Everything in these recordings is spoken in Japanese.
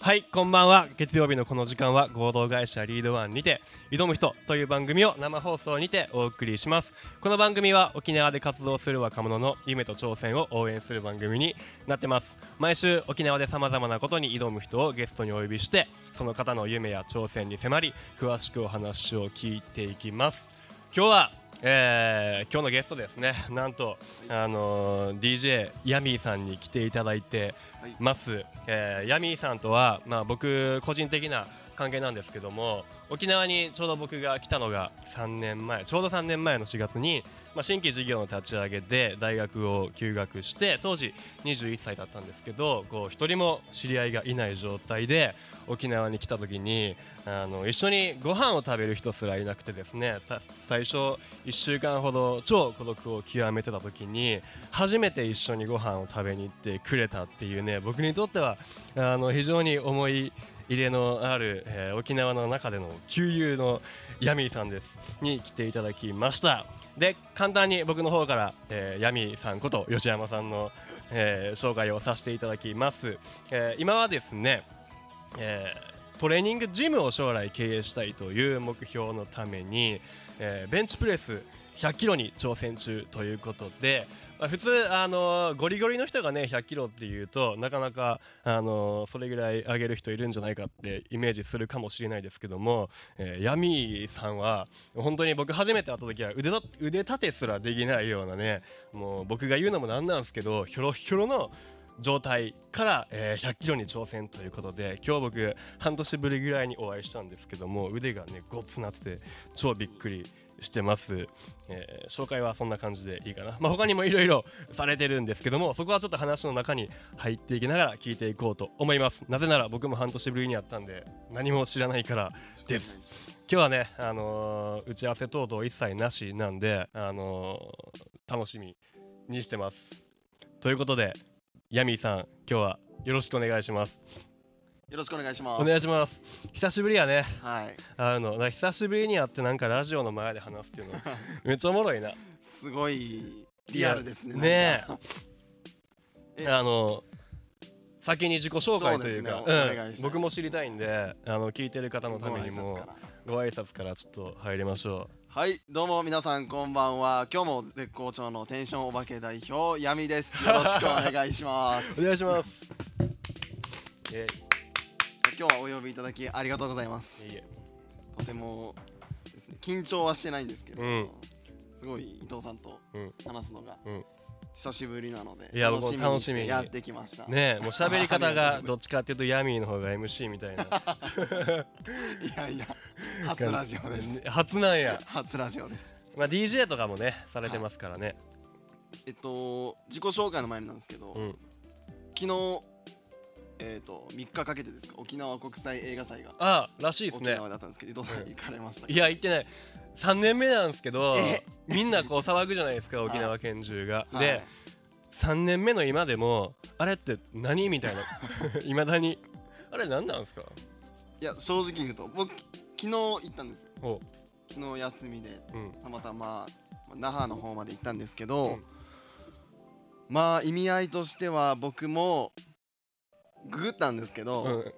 はいこんばんは月曜日のこの時間は合同会社リードワンにて挑む人という番組を生放送にてお送りしますこの番組は沖縄で活動する若者の夢と挑戦を応援する番組になってます毎週沖縄でさまざまなことに挑む人をゲストにお呼びしてその方の夢や挑戦に迫り詳しくお話を聞いていきます今日はえー今日のゲストですねなんと、あのー DJ ヤミーさんに来ていただいてます、えーヤミーさんとは、まあ、僕個人的な関係なんですけども沖縄にちょうど僕が来たのが3年前ちょうど3年前の4月に、まあ、新規事業の立ち上げで大学を休学して当時21歳だったんですけどこう一人も知り合いがいない状態で沖縄に来た時にあの一緒にご飯を食べる人すらいなくてですねた最初1週間ほど超孤独を極めてた時に初めて一緒にご飯を食べに行ってくれたっていうね僕にとってはあの非常に思い入れのある、えー沖縄の中での旧友の ヤミーさんですに来ていただきましたで簡単に僕の方から、えーヤミーさんこと吉山さんの、えー紹介をさせていただきます、えー今はですねえートレーニングジムを将来経営したいという目標のために、えーベンチプレス100キロに挑戦中ということで、まあ、普通、あのーゴリゴリの人がね100キロっていうとなかなか、あのーそれぐらい上げる人いるんじゃないかってイメージするかもしれないですけども、えーヤミーさんは本当に僕初めて会った時は腕だ腕立てすらできないようなねもう僕が言うのもなんなんですけどひょろひょろの状態から、えー100キロに挑戦ということで今日僕半年ぶりぐらいにお会いしたんですけども腕がねごっつなってて超びっくりしてます、えー紹介はそんな感じでいいかな、まあ、他にもいろいろされてるんですけどもそこはちょっと話の中に入っていきながら聞いていこうと思いますなぜなら僕も半年ぶりにやったんで何も知らないからです今日はね、あのー打ち合わせ等々一切なしなんで、あのー楽しみにしてますということでヤミーさん、今日はよろしくお願いします。よろしくお願いします。お願いします。久しぶりやね。はい、あの、な久しぶりに会ってなんかラジオの前で話すっていう のめっちゃおもろいな。すごいリアルですね。ねえ。えあの先に自己紹介というかそうですねおお願いしうますん、僕も知りたいんで、あの聞いてる方のなんかためにもご挨拶かご挨拶かららちょっと入りましょはい、どうも皆さんこんばんは。今日も絶好調のテンションお化け代表ヤミです。よろしくお願いします。 う。お願いします。 イエ今日はお呼びいただきありがとうございます。イいえいえとてもですね緊張はしてないんですけど、うんすごい伊藤さんとうん話すのがうん久しぶりなので、いや楽しみ僕も楽にししみにてやってきました。ねえもう喋り方ありがとうございまがすどっちかっていうとヤミーの方が MC みた いないやいや、初ラジオです。初なんや、初ラジオです。まあ、DJ とかもねされてますからね、えっと自己紹介の前になんですけど、うん昨日えっ、と3日かけてですか沖縄国際映画祭がああらしいです沖ね縄だったんですけど伊藤さん行かれましたいや行ってない3年目なんですけどえみんなこう騒ぐじゃないですか沖縄県中が、はいで3年目の今でもあれって何みたいない まだにあれ何なんですかいや正直に言うと僕昨日行ったんですお昨日休みでうんたまたままあ那覇の方まで行ったんですけど、うんまあ意味合いとしては僕もググったんですけど、うん、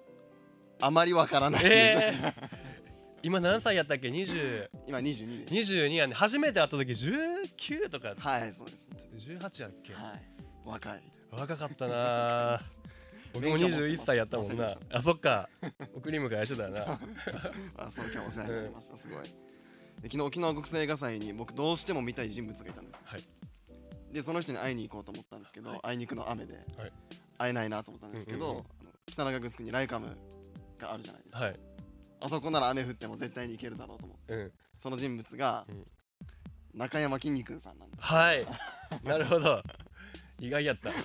あまりわからないです、えー、今何歳やったっけ20 今22です22やね初めて会った時19とかはいそうです18やっけ、はい若い若かった なぁ僕も免許持ってます21歳やったもん忘れまなしあそっか送り迎えしてたよなあそう今日お世話になりました、すごい。で昨日沖縄国際映画祭に僕どうしても見たい人物がいたんです。はいでその人に会いに行こうと思ったんですけど、はいあいに行くの雨で、い会えないなと思ったんですけど、うんうんうんあの北中城にライカムがあるじゃないですか。はいあそこなら雨降っても絶対に行けるだろうと思ってうんその人物が、うん中山きんに君さんなんで はいなるほど意外やったす。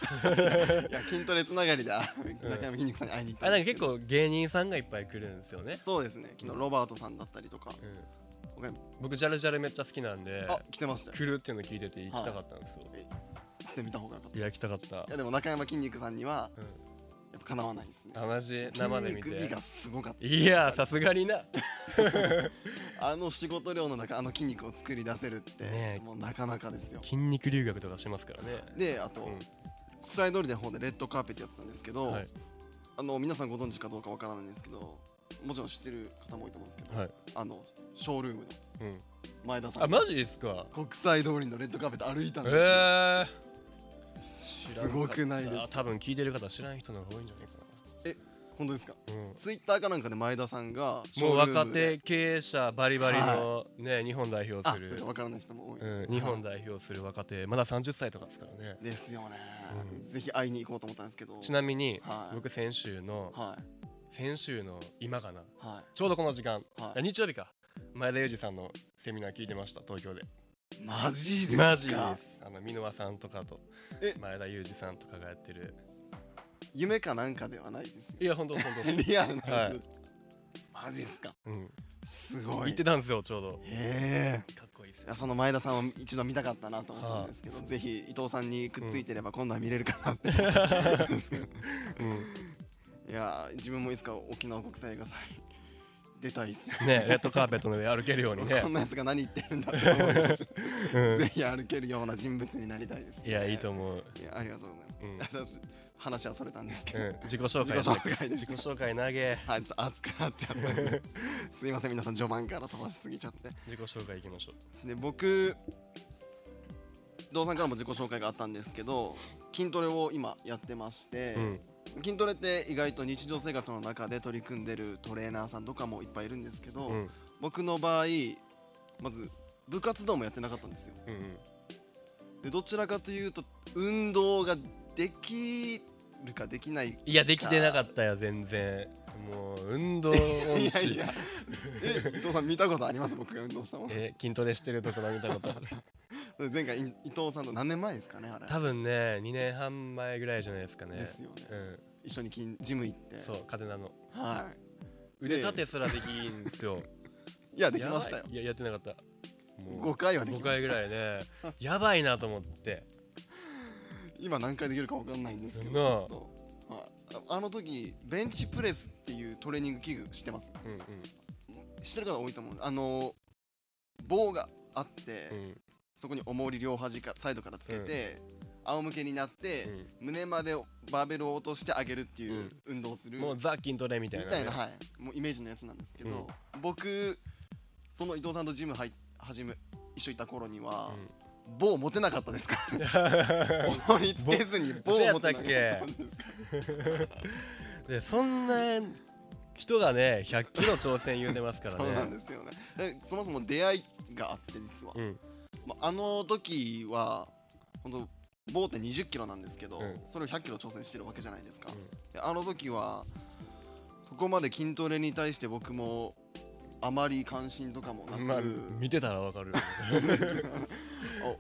いや筋トレつながりであうん中山きんに君さんに会いに行ったあんなんかですけ結ど。構芸人さんがいっぱい来るんですよね、そうですね昨日ロバートさんだったりとか、うん他にも僕ジャルジャルめっちゃ好きなんであ来てましたよ来るっていうの聞いてて行きたかったんですよ、してみた方がよかったい、いや行きたかったやでも中山きんに君さんにはうやっぱかなわないですねんあマジ生で見筋肉美てがすごかっいやさすがになたあの仕事量の中あの筋肉を作り出せるって、ねえもうなかなかですよ筋肉留学とかしますからねであと、うん国際通りの方でレッドカーペットやってたんですけど、はいあの皆さんご存知かどうかわからないんですけどもちろん知ってる方も多いと思うんですけど、はいあのショールームですうん、前田さあんマジですか国際通りのレッドカーペット歩いたんえですよ、ー、知すごくないですあ多分聞いてる方知らない人の方が多いんじゃないか本当ですかな、うんツイッターかなんかで前田さんがもうショー若ルームで手経営者バリバリの、ね日本代表あする全然、わからない人も多い、うん、日本代表する若手まだ30歳とかですからねですよね、うんぜひ会いに行こうと思ったんですけどちなみに、はい僕先週のはい先週の今かなはちょうどこの時間、はいあ日曜日か前田裕二さんのセミナー聞いてました東京でいマジですかマジですあの箕輪さんとかとえ前田裕二さんとかがやってる夢かなんかではないですいや本当本よ リアルなやつ、はいマジですか当、うん、す行ごいってたんですよちょうどへえかっこいいですいやその前田さんを一度見たかったなと思ったんですけど、ぜひ伊藤さんにくっついてれば今度は見れるかな って、うん、いや自分もいつか沖縄国際映画祭出たいっすよねレッドカーペットの上歩けるようにね こ、んなやつが何言ってるんだって思いましたうん ぜひ歩けるような人物になりたいです、ね。いやいいと思う、いやありがとううごんざいます。 話はそれたんですけど、うん、自己紹介自己紹介です自己紹介投げはい、ちょっと熱くなっちゃったん ですいません、皆さん、序盤から飛ばしすぎちゃって。自己紹介いきましょうで僕、動産からも自己紹介があったんですけど、筋トレを今やってまして、うん筋トレって意外と日常生活の中で取り組んでるトレーナーさんとかもいっぱいいるんですけど、うんうん僕の場合、まず部活動もやってなかったんですよ。うんでどちらかというと運動ができるかできないいやできてなかったよ全然もう運動音いやい痴やえ伊藤さん見たことあります僕が運動したものえ筋トレしてるところ見た ことある前回い伊藤さんと何年前ですかねあれ多分ね2年半前ぐらいじゃないですかねですよねうん一緒に筋ジム行ってそう風なのはい腕で立てすらできんですよい やできましたやよばいいややってなかった5回はでき5ました回ぐらいねやばいなと思って今何回できるか分かんないんですけどちなあょっとはいああの時ベンチプレスっていうトレーニング器具知ってますうんうん知ってる方多いと思うんですあの棒があって、うんそこに重り両端からサイドからつけて、仰向けになって、うん胸までバーベルを落として上げるっていう運動をする、もうザ筋トレみたいみなねたいな、はい、もうイメージのやつなんですけど、僕その伊藤さんとジム入っ始め一緒にいた頃には、棒持てなかったですから うん 棒につけずに棒を持てなかったんそうやったっですでそんな人がね100キロ挑戦言うてますからね そうなんですよねでそもそも出会いがあって実は、うんまあの時は本当棒って2 0キロなんですけど、うんそれを1 0 0キロ挑戦してるわけじゃないですか、うんであの時はそこまで筋トレに対して僕もあまり関心とかもなく、まあ見てたらわかるお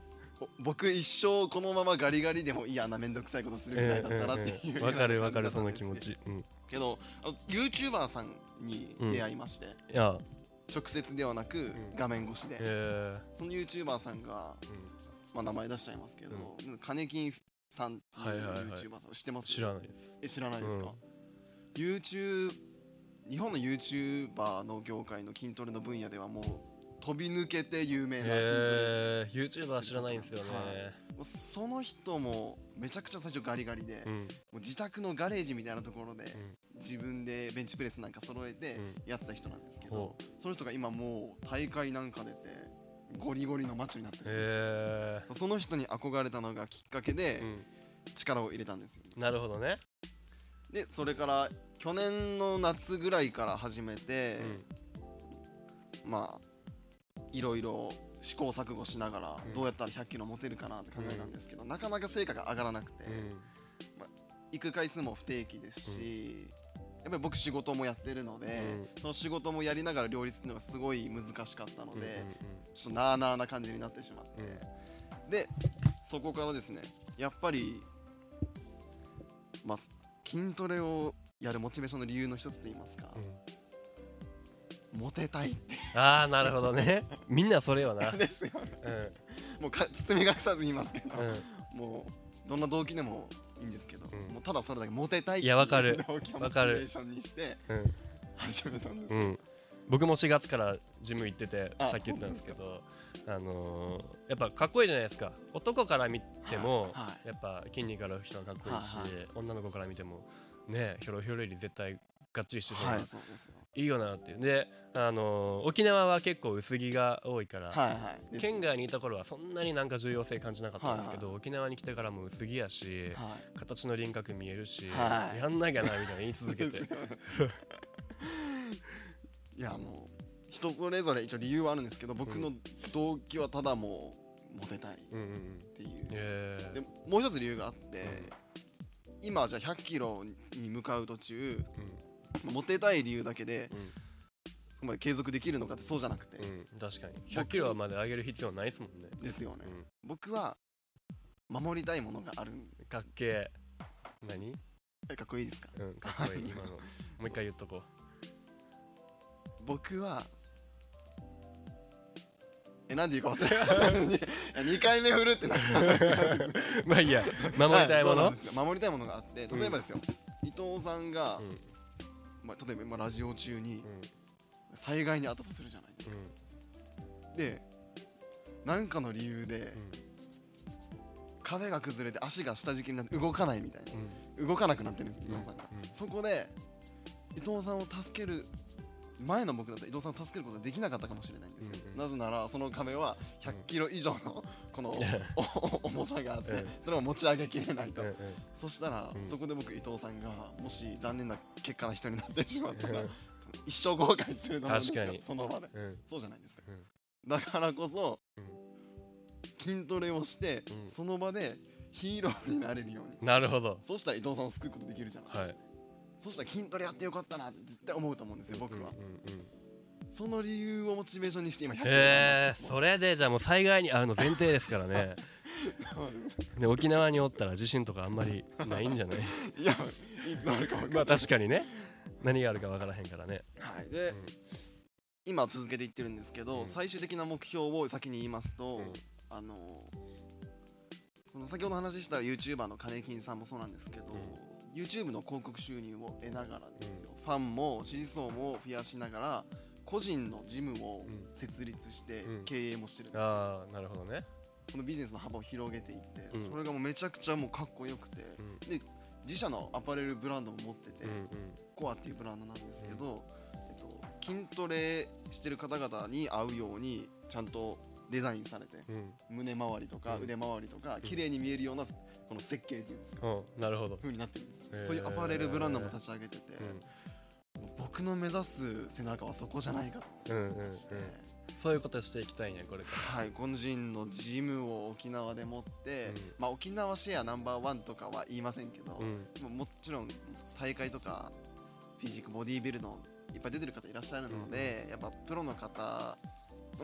僕一生このままガリガリでもいいやなめんどくさいことするぐらいだったなっていううんうんうんわかるわかるよそうのな気感持じだったんですねちうんいけどあの YouTuber さんに出会いまして、や直接ではなくん画面越しで、えーその YouTuber さうんが、んまあ、名前出しちゃいますけど、カネキンさんっていうはいはいはい YouTuber さん知ってます知らないですえ知らないですか、うん YouTube 日本の YouTuber の業界の筋トレの分野ではもう飛び抜けて有名な筋トレ、えー YouTuber 知らないんですよねはもうその人もめちゃくちゃ最初ガリガリで、うんもう自宅のガレージみたいなところで、自分でベンチプレスなんか揃えてうやってた人なんですけどほ、その人が今もう大会なんか出てゴリゴリのマッチョになってるんでえすその人に憧れたのがきっかけでー力を入れたんですよ、うんなるほどねでそれから去年の夏ぐらいから始めて、まあいろいろ試行錯誤しながらうんどうやったら100キロ持てるかなって考えたんですけど、なかなか成果が上がらなくて、うん行く回数も不定期ですし、やっぱり僕仕事もやってるので、その仕事もやりながら両立するのがすごい難しかったので、うんうんうんちょっとなあなあな感じになってしまって、でそこからですねやっぱり、まあ、筋トレをやるモチベーションの理由の一つといいますか、うんモテたいってああなるほど ねみんなそれよなですよね うもうか包み隠さず言いますけど、んうんもうどんな動機でもいいんですけど、うんもうただそれだけモテたいっていやわかるいう動機をモわチベかるーションにしてうん始めたんです、うん、僕も4月からジム行っててあさっき言ったんですけどあのーやっぱかっこいいじゃないですか男から見ても、はいはいやっぱ筋肉ある人はかっこいいし、はい女の子から見てもねひょろひょろより絶対がっちりしてそうな、はいい、そうですよいよなっていうであのー沖縄は結構薄着が多いから、はいはいです県外にいた頃はそんなになんか重要性感じなかったんですけど、は沖縄に来てからも薄着やし、はい形の輪郭見えるし、はいやんなきゃなみたいな言い続けて ですよいやもう人それぞれ一応理由はあるんですけど僕の動機はただもうモテたいっうんうんうんていう、えでーもう一つ理由があって、今じゃあ100キロに向かう途中まあモテたい理由だけでうんうんそこまで継続できるのかってそうじゃなくて、うん、確かに100キロまで上げる必要ないですもんね、ですよね、う僕は守りたいものがあるんん、かっけえ何、えかっこいいですかうん、かっこいい今のもう一回言っと こ僕はえなんで言うか忘れた 2回目振るってなったうまあいいや守りたいもの、はそうなんですよ守りたいものがあって例えばですよ、伊藤さんが、うんうんまあ、例えば今ラジオ中に災害にあったとするじゃないですうんかで何かの理由で壁が崩れて足が下敷きになって動かないみたいうんうんな動かなくなってるんです伊藤さんが、うんうんそこで伊藤さんを助ける前の僕だったら伊藤さんを助けることはできなかったかもしれないんですよ、うんうんなぜならその壁は100キロ以上のこのおお重さがあってうんそれを持ち上げきれないとうんうんそしたら、うんそこで僕伊藤さんがもし残念な結果な人になってしまったらうん一生後悔すると思うんです確かよにその場でうんそうじゃないですかうんだからこそ、うん筋トレをして、うんその場でヒーローになれるようになるほどそしたら伊藤さんを救うことできるじゃない、はいそしたら筋トレやってよかったなって絶対思うと思うんですよ僕は、うんうんうんその理由をモチベーションにして今100キロえー、頑張それでじゃあもう災害に遭うの前提ですから ねってますで沖縄におったら地震とかあんまりないんじゃ ないいやいつなるか分かんない、まあ確かにね何があるか分からへんからね、はい、うで、ん今続けていってるんですけど、うん最終的な目標を先に言いますと、うんあのその先ほど話した YouTuber の金金さんもそうなんですけど、YouTube の広告収入を得ながらですよ、ファンも支持層も増やしながら個人のジムをうん設立してうん経営もしてるんですよ、ああなるほどね、このビジネスの幅を広げていって、うんそれがもうめちゃくちゃもうかっこよくて、うん自社のアパレルブランドも持ってて、うんコアっていうブランドなんですけど、えっと、筋トレしてる方々に合うようにちゃんとデザインされてうんうん胸周りとかうん腕周りとか綺麗に見えるようなこの設計っていううんなるほど、風になってるんです、へーそういうアパレルブランドも立ち上げてて、う僕の目指す背中はそこじゃないかとん、うん思うんうんって、そういうことしていきたいねこれからはい個人のジムを沖縄で持って、うんまあ沖縄シェアナンバーワンとかは言いませんけど、うんもうもちろん大会とかフィジークボディービルのいっぱい出てる方いらっしゃるので、やっぱプロの方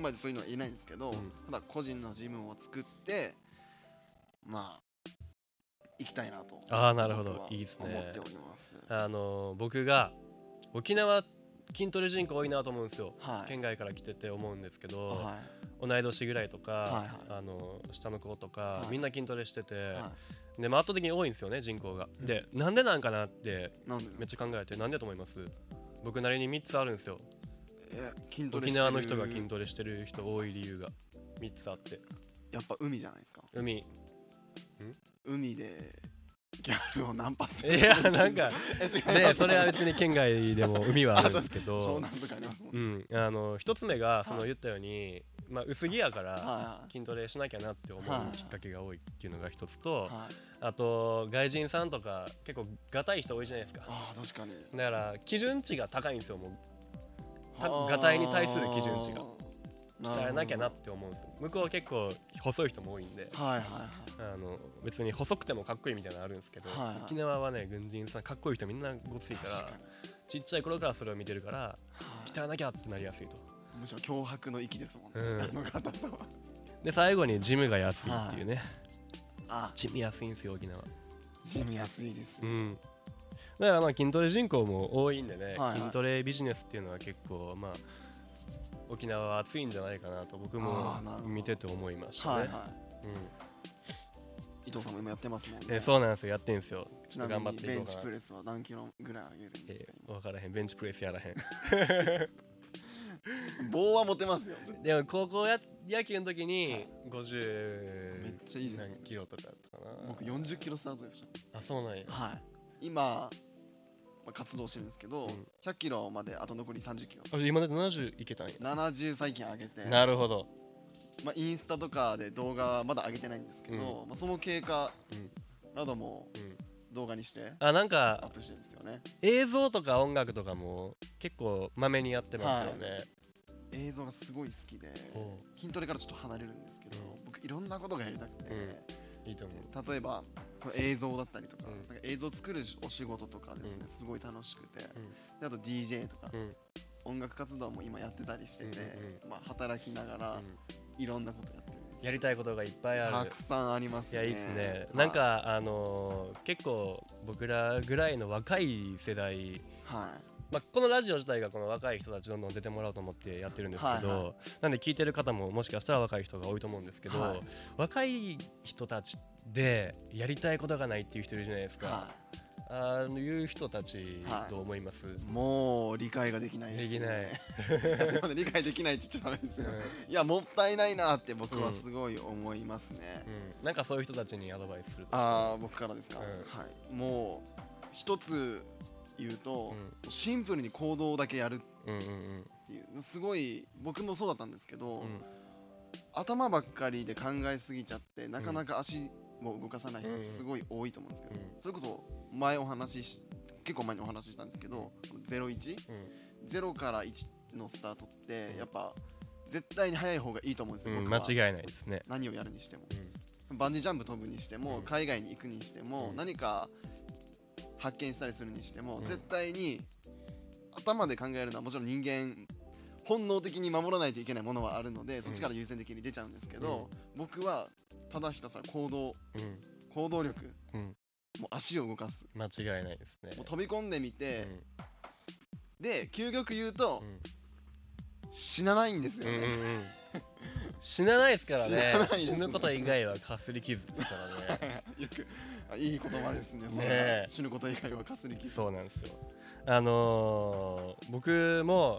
まりそういうのは言えないんですけど、うんただ個人のジムを作ってまあ行きたいなとああなるほ僕どはいいです思っねておりますあのー僕が沖縄筋トレ人口多いなと思うんですよ、はい県外から来てて思うんですけど、は同い年ぐらいとか、はいはあのー下の子とか、はいみんな筋トレしてて、いはでまあ圧倒的に多いんですよね人口が、うんでなんでなんかなっていなんでめっちゃ考えてなんでだと思います僕なりに3つあるんですよえ筋トレ沖してる縄の人が筋トレしてる人多い理由が3つあってやっぱ海じゃないですか海海でギャルをナンパするいやなんか え違いますでそれは別に県外でも海はあるんですけ 湘ど南とかありますもん うね、んあの一つ目がそのはい言ったように、まあ、薄着やからは筋トレしなきゃなって思うはいきっかけが多いっていうのが一ついとはいあと外人さんとか結構がたい人多いじゃないですかああ確かにだから基準値が高いんですよもうたがたいに対する基準値がが鍛えなきゃなって思うんですよ向こうは結構細い人も多いんではいはいはいあの別に細くてもかっこいいみたいなのあるんですけど、はいはい沖縄はね軍人さんかっこいい人みんなごついか確らかにちっちゃい頃からそれを見てるからはい鍛えなきゃってなりやすいとむしろ脅迫の域ですもんね、うんあの硬さはで最後にジムが安いっていうね、あジム安いんですよ沖縄地味安いですうね、んだからまあ筋トレ人口も多いんでね、はいはい筋トレビジネスっていうのは結構まあ沖縄は熱いんじゃないかなと僕もあーなるほど見てて思いましたね、はいはうい伊藤さんも今やってますもんん、でねそうなんですよやってんすよちちょなっと頑張みってにいベこンうかチなプレスは何キロぐらい上げるんですえか、ー、分からへんベンチプレスやらへん 今棒は持てますよでも高校や野球の時はにい50めっちゃいいじゃん何キロとかやったかな僕40キロスタートでしあそうなんやょはい今まあ、活動してるんですけうど、ん100キロまであと残り30キロあ今だって70いけたんや70最近上げてなるほどまあ、インスタとかで動画まだ上げてないんですけど、まあ、その経過うんなどもうん動画にしてあなんアッかプしてるんですよね映像とか音楽とかも結構まめにやってますよね、映像がすごい好きでおう筋トレからちょっと離れるんですけどう僕いろんなことがやりたくて、うんいいと思う例えばこの映像だったりとか,、うんなんか映像作るお仕事とかですね、うんすごい楽しくて、うんであと DJ とか、うん音楽活動も今やってたりしてて、うんまあ、働きながらいろんなことやってるんですやりたいことがいっぱいあたるくさんありますいやねいいっすねなんはかあのー結構僕らぐらいの若い世代はいまあ、このラジオ自体がこの若い人たちどんどん出てもらおうと思ってやってるんですけど、はいはなんで聞いてる方ももしかしたら若い人が多いと思うんですけど、はい若い人たちでやりたいことがないっていう人いるじゃないですか、はああいう人たちと思います、い、もう理解ができないできない、 いやでもね理解できないって言っちゃダメですよ、いやもったいないなって僕はすごい思いますね、うんうんなんかそういう人たちにアドバイスするとしたらああ僕からですか、うんはいもう一つ言うと、うシンプルに行動だけやるんうんうんっていうすごい僕もそうだったんですけど、うん頭ばっかりで考えすぎちゃってなかなか足も動かさない人うんすごい多いと思うんですけど、うんそれこそ前お話しし結構前にお話ししたんですけど01うんゼロから1のスタートってうんやっぱ絶対に早い方がいいと思うんですよ、うん僕間は違いないですね、何をやるにしてもうんバンジージャンプ飛ぶにしてうも、ん海外に行くにしても、うん何か発見したりするにしても、うん絶対に頭で考えるのはもちろん人間本能的に守らないといけないものはあるので、そっちから優先的に出ちゃうんですけど、僕はただひたすら行動うん行動力うんもう足を動かす間違いないですねもう飛び込んでみうて、んで究極言うと、うん死なないんですようんね、うんうん、死なないですから死なねないですね死ぬこと以外はかすり傷ですから ねよくあ いい言葉ですねねそれは死ぬこと以外はかすり傷そうなんですよあのー僕も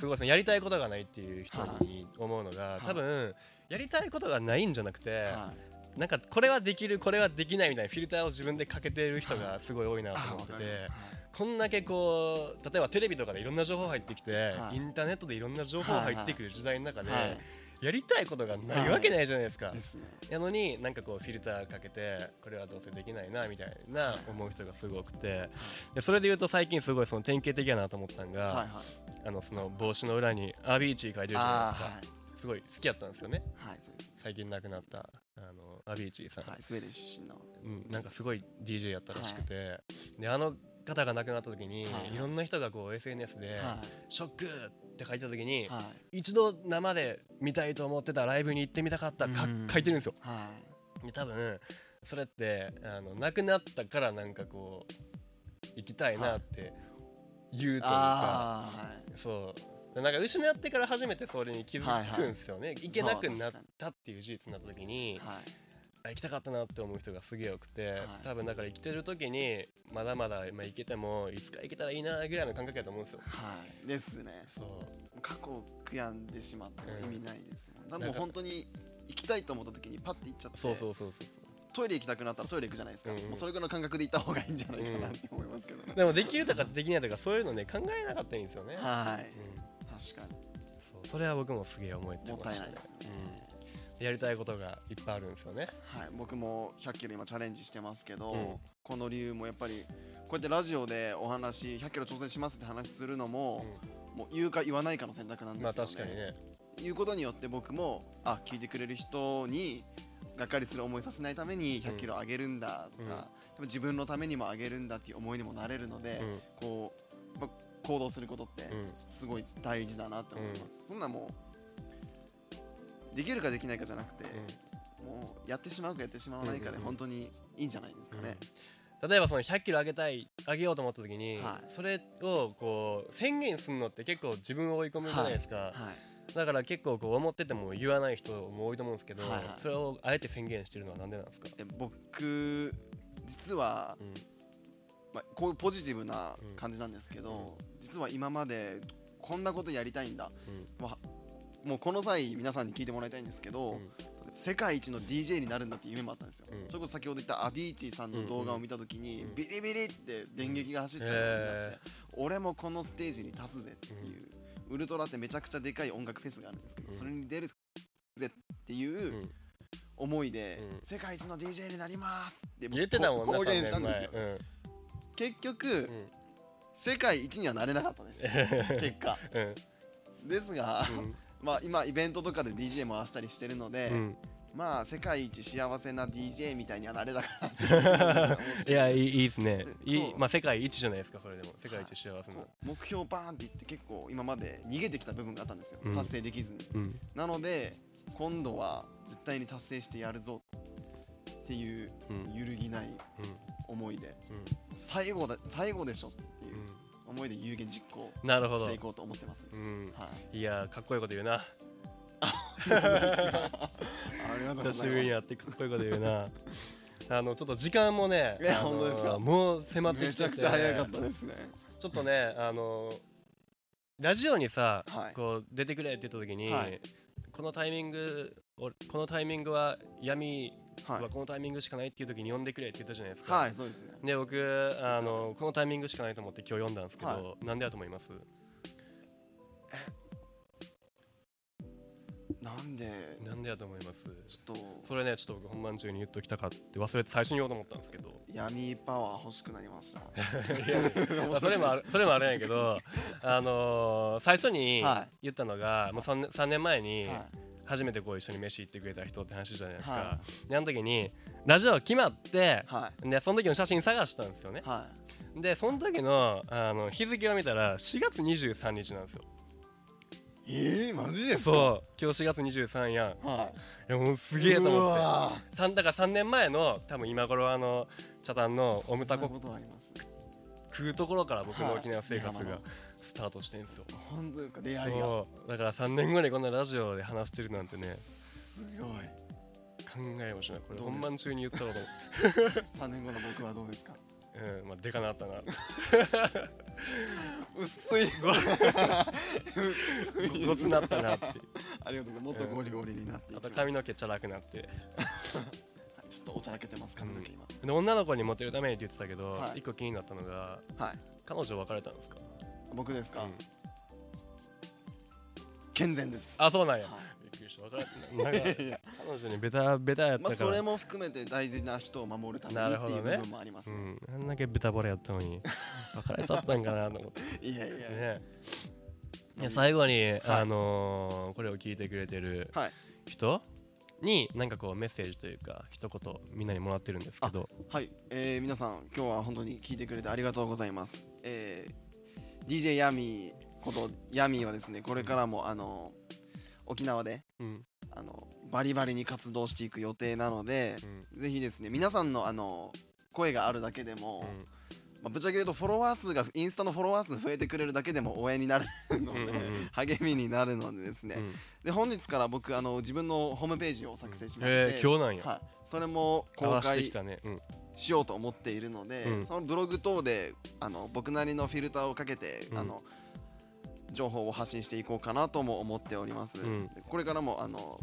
すごいですねやりたいことがないっていう人に思うのが、い多分やりたいことがないんじゃなくて、はいなんかこれはできるこれはできないみたいなフィルターを自分でかけてる人がすごい多いなとあ思わってかて、るこんだけこう例えばテレビとかでいろんな情報入ってきて、はいインターネットでいろんな情報入ってくる時代の中で、はい、やりたいことがないわけないじゃないですか。ですねやのになんかこうフィルターかけてこれはどうせできないなみたいな思う人がすごくてでそれで言うと最近すごいその典型的やなと思ったんが、はいはいあのその帽子の裏にアビーチ書いてるじゃあなあいですかすごい好きやったんですよねーはいはいそうで最近亡くなったあのアビーチさん、すはいスウェーデン出身のうん、なんかすごい DJ やったらしくて、であの方が亡くなった時に、はいい、ろんな人がこう SNS では「ショック!」って書いた時に、いはい一度生で見たいと思ってたライブに行ってみたかったかうん書いてるんですよはで多分それってあの亡くなったからなんかこう行きたいなって言うといいうか、ああそうでなんか失ってから初めてそれに気づくんですよね、行けなくなったっていう事実になった時に、はいはいあ行きたかったなって思う人がすげえ多くて、い多分だから生きてる時にまだまだ、まあ、行けてもいつか行けたらいいなぐらいの感覚やと思うんですよ。はいですねそう過去を悔やんでしまっても意味ないですもん、なだからんもうか本当に行きたいと思った時にパッて行っちゃってそうそうそうそうトイレ行きたくなったらトイレ行くじゃないですか、うんうんもうそれぐらいの感覚で行った方がいいんじゃないかなって思いますけどね、でもできるとかできないとかそういうのね考えなかったらいいんですよね。はいうん、確かそうそれは僕もすげえ思えてにもまっしたたいねないですね、やりたいことがいっぱいあるんですよね。はい、僕も100キロ今チャレンジしてますけど、うんこの理由もやっぱりこうやってラジオでお話100キロ挑戦しますって話するのも、もう言うか言わないかの選択なんですまよあね。確かにね。言うことによって僕もあ聞いてくれる人にがっかりする思いさせないために100キロ上げるんだとうんか、多分自分のためにも上げるんだっていう思いにもなれるので、うんこう、まあ行動することってうんすごい大事だなって思います。そんなもうできるかできないかじゃなくて、もうやってしまうかやってしまわないかうんうんでうん本当にいいんじゃないですかね。うん例えばその100キロ上げたい上げようと思った時に、はいそれをこう宣言するのって結構自分を追い込むじゃないですか、はい、だから結構こう思ってても言わない人も多いと思うんですけど、はいはいそれをあえて宣言してるのはなんでなんですか、で僕実は、うんまあ、こういうポジティブなうん感じなんですけど、実は今までこんなことやりたいんだ、うんまあ、もうこの際皆さんに聞いてもらいたいんですけど、うん例えば世界一の DJ になるんだっていう夢もあったんですよ、うんそれこそ先ほど言ったアディーチさんの動画を見た時に、うんビリビリって電撃が走ったのがあって、俺もこのステージに立つぜっていう、ウルトラってめちゃくちゃでかい音楽フェスがあるんですけど、うんそれに出るぜっていうう思いで、うん世界一の DJ になりますって言ってたもんな公言3したん年です前よ、結局、世界一にはなれなかったんですよ 結果うんうんですが、まあ今イベントとかで DJ 回したりしてるので、 うんうんまあ世界一幸せな DJ みたいにはなれなかった いやいいいいですねいいそうまあ世界一じゃないですかそれでも世界一幸せなこう目標バーンっていって結構今まで逃げてきた部分があったんですよ、うん達成できずにうんなので今度は絶対に達成してやるぞっていううんうん揺るぎない思いで最後だ最後でしょっていううん思いで有言実行うんなるほしどていこうと思ってます、うんはい、いやーかっこいいこと言うなありがとうご久しざいぶりにまやってかっこいいこと言う なあのちょっと時間もねいやあのー本当ですかもう迫っすてめきてちてゃくちゃ早かったですねちょっとねあのーラジオにさ、はいこう出てくれって言った時に、はいこのタイミング俺このタイミングは闇はいはこのタイミングしかないっていう時に呼んでくれって言ったじゃないですか、はいそうですねで僕あのこのタイミングしかないと思って今日読んだんですけど、はなんでだと思いますなんでなんでだと思いますちょっとそれねちょっと僕本番中に言っときたかって忘れて最初に言おうと思ったんですけ ど闇パワー欲しくなりましたいやまあそれもあるそれもあるんやけどあのー最初には言ったのが、もう 3, 3年前いにはい初めてこう一緒に飯行ってくれた人って話じゃないですか、はであの時にラジオ決まっていはいでその時の写真探したんですよねはでその時のあの日付を見たら4月23日なんですよいえー、マジですかそう今日4月23やんいはやもうすいげえとう思ってわさんだから3年前の多分今頃あの茶炭のーオムタコそんなことあります食うところから僕のはい沖縄生活いやまがあスタートしてんすよ本当ですか出会いがそうだから3年後にこんなラジオで話してるなんてねす考ごいえもしないこれどうです本番中に言ったこと3年後の僕はどうですかうんまあでかなったな薄い薄いごつなったなってありがとうございますもっとゴリゴリになっていあきまとす髪の毛チャラくなってはいちょっとおちゃらけてます髪の毛今、で女の子にモテるためにって言ってたけどはい一個気になったのがはい彼女別れたんですか僕ですか、うん健全ですあそうなんやはびっくりした別れたなんか いいや彼女にベタベタやったかまあらそれも含めて大事な人を守るためにっていう部分もありますうねん、あんだけベタボレやったのに別れちゃったんかなと思っていやいやいやねいや最後に、はいあのーこれを聞いてくれてるはい人に何かこうメッセージというか一言みんなにもらってるんですけどはい、えー皆さん今日は本当に聞いてくれてありがとうございます、えー DJ ヤミーことヤミーはですねこれからもあの沖縄でうんあのバリバリに活動していく予定なのでうんぜひですね皆さんのあの声があるだけでも、うんまあ、ぶっちゃけ言うとフォロワー数がインスタのフォロワー数増えてくれるだけでも応援になるので、うんうんうん励みになるのでですね、うんで本日から僕あの自分のホームページを作成しまして、うんへー今日なんやはい、それも公回して開きたねうんしようと思っているので、うんそのブログ等であの僕なりのフィルターをかけて、うんあの情報を発信していこうかなとも思っております、うんこれからもあの、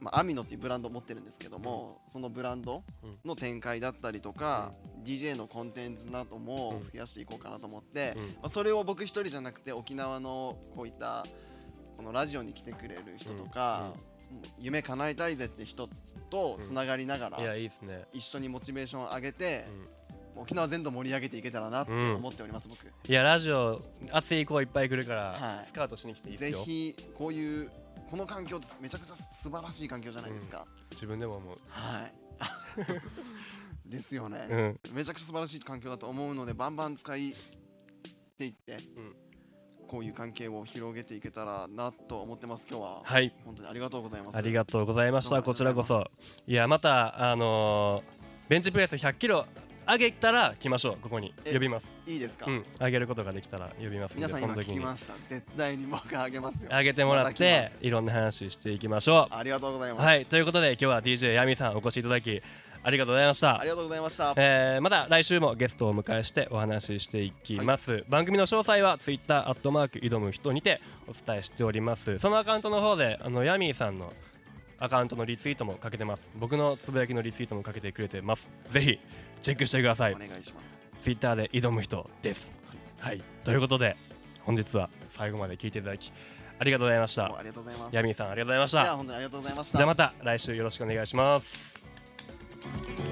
まあ、アミノっていうブランドを持ってるんですけども、そのブランドの展開だったりとか、DJ のコンテンツなどもうん増やしていこうかなと思って、うんまあ、それを僕一人じゃなくて沖縄のこういったこのラジオに来てくれる人とか、もう夢叶えたいぜって人とつながりながら、いやいいですね一緒にモチベーションを上げてう、ん沖縄全土盛り上げていけたらなってうん思っております、僕いやラジオ熱い子いっぱい来るからはいスカウトしに来ていいっすぜよひこういうこの環境ってめちゃくちゃ素晴らしい環境じゃないですか、自分でも思うはい ですようね、んめちゃくちゃ素晴らしい環境だと思うのでバンバン使いっていって、うんこういう関係を広げていけたらなと思ってます今日は、はい本当にありがとうございますありがとうございましどうた。もこちらこそ。いや、また、あのーベンチプレス100キロ上げたら来ましょう、ここに。え呼びます。いいですか、うん、上げることができたら呼びますんで、皆さそん今の時聞きに。ました絶対に僕あげますよ上げてもらっまた来てま、すいろんな話していきましょ。ありがとうございうます、はい、ということで、今日は DJ ヤミさんお越しいただき、ありがとうございましたあり。がとうございましたえーまた来週もゲストをお迎えしてお話ししていきます、番組の詳細は Twitter アットマーク挑む人にてお伝えしておりますそのアカウントの方であのヤミーさんのアカウントのリツイートもかけてます僕のつぶやきのリツイートもかけてくれてますぜひチェックしてくださいお願いしますツイッターで挑む人ですはいということで本日は最後まで聞いていただきありがとうございましもうたありがとうございますヤミーさんありがとうございましじゃあた本当にありがとうございましたじゃあまた来週よろしくお願いします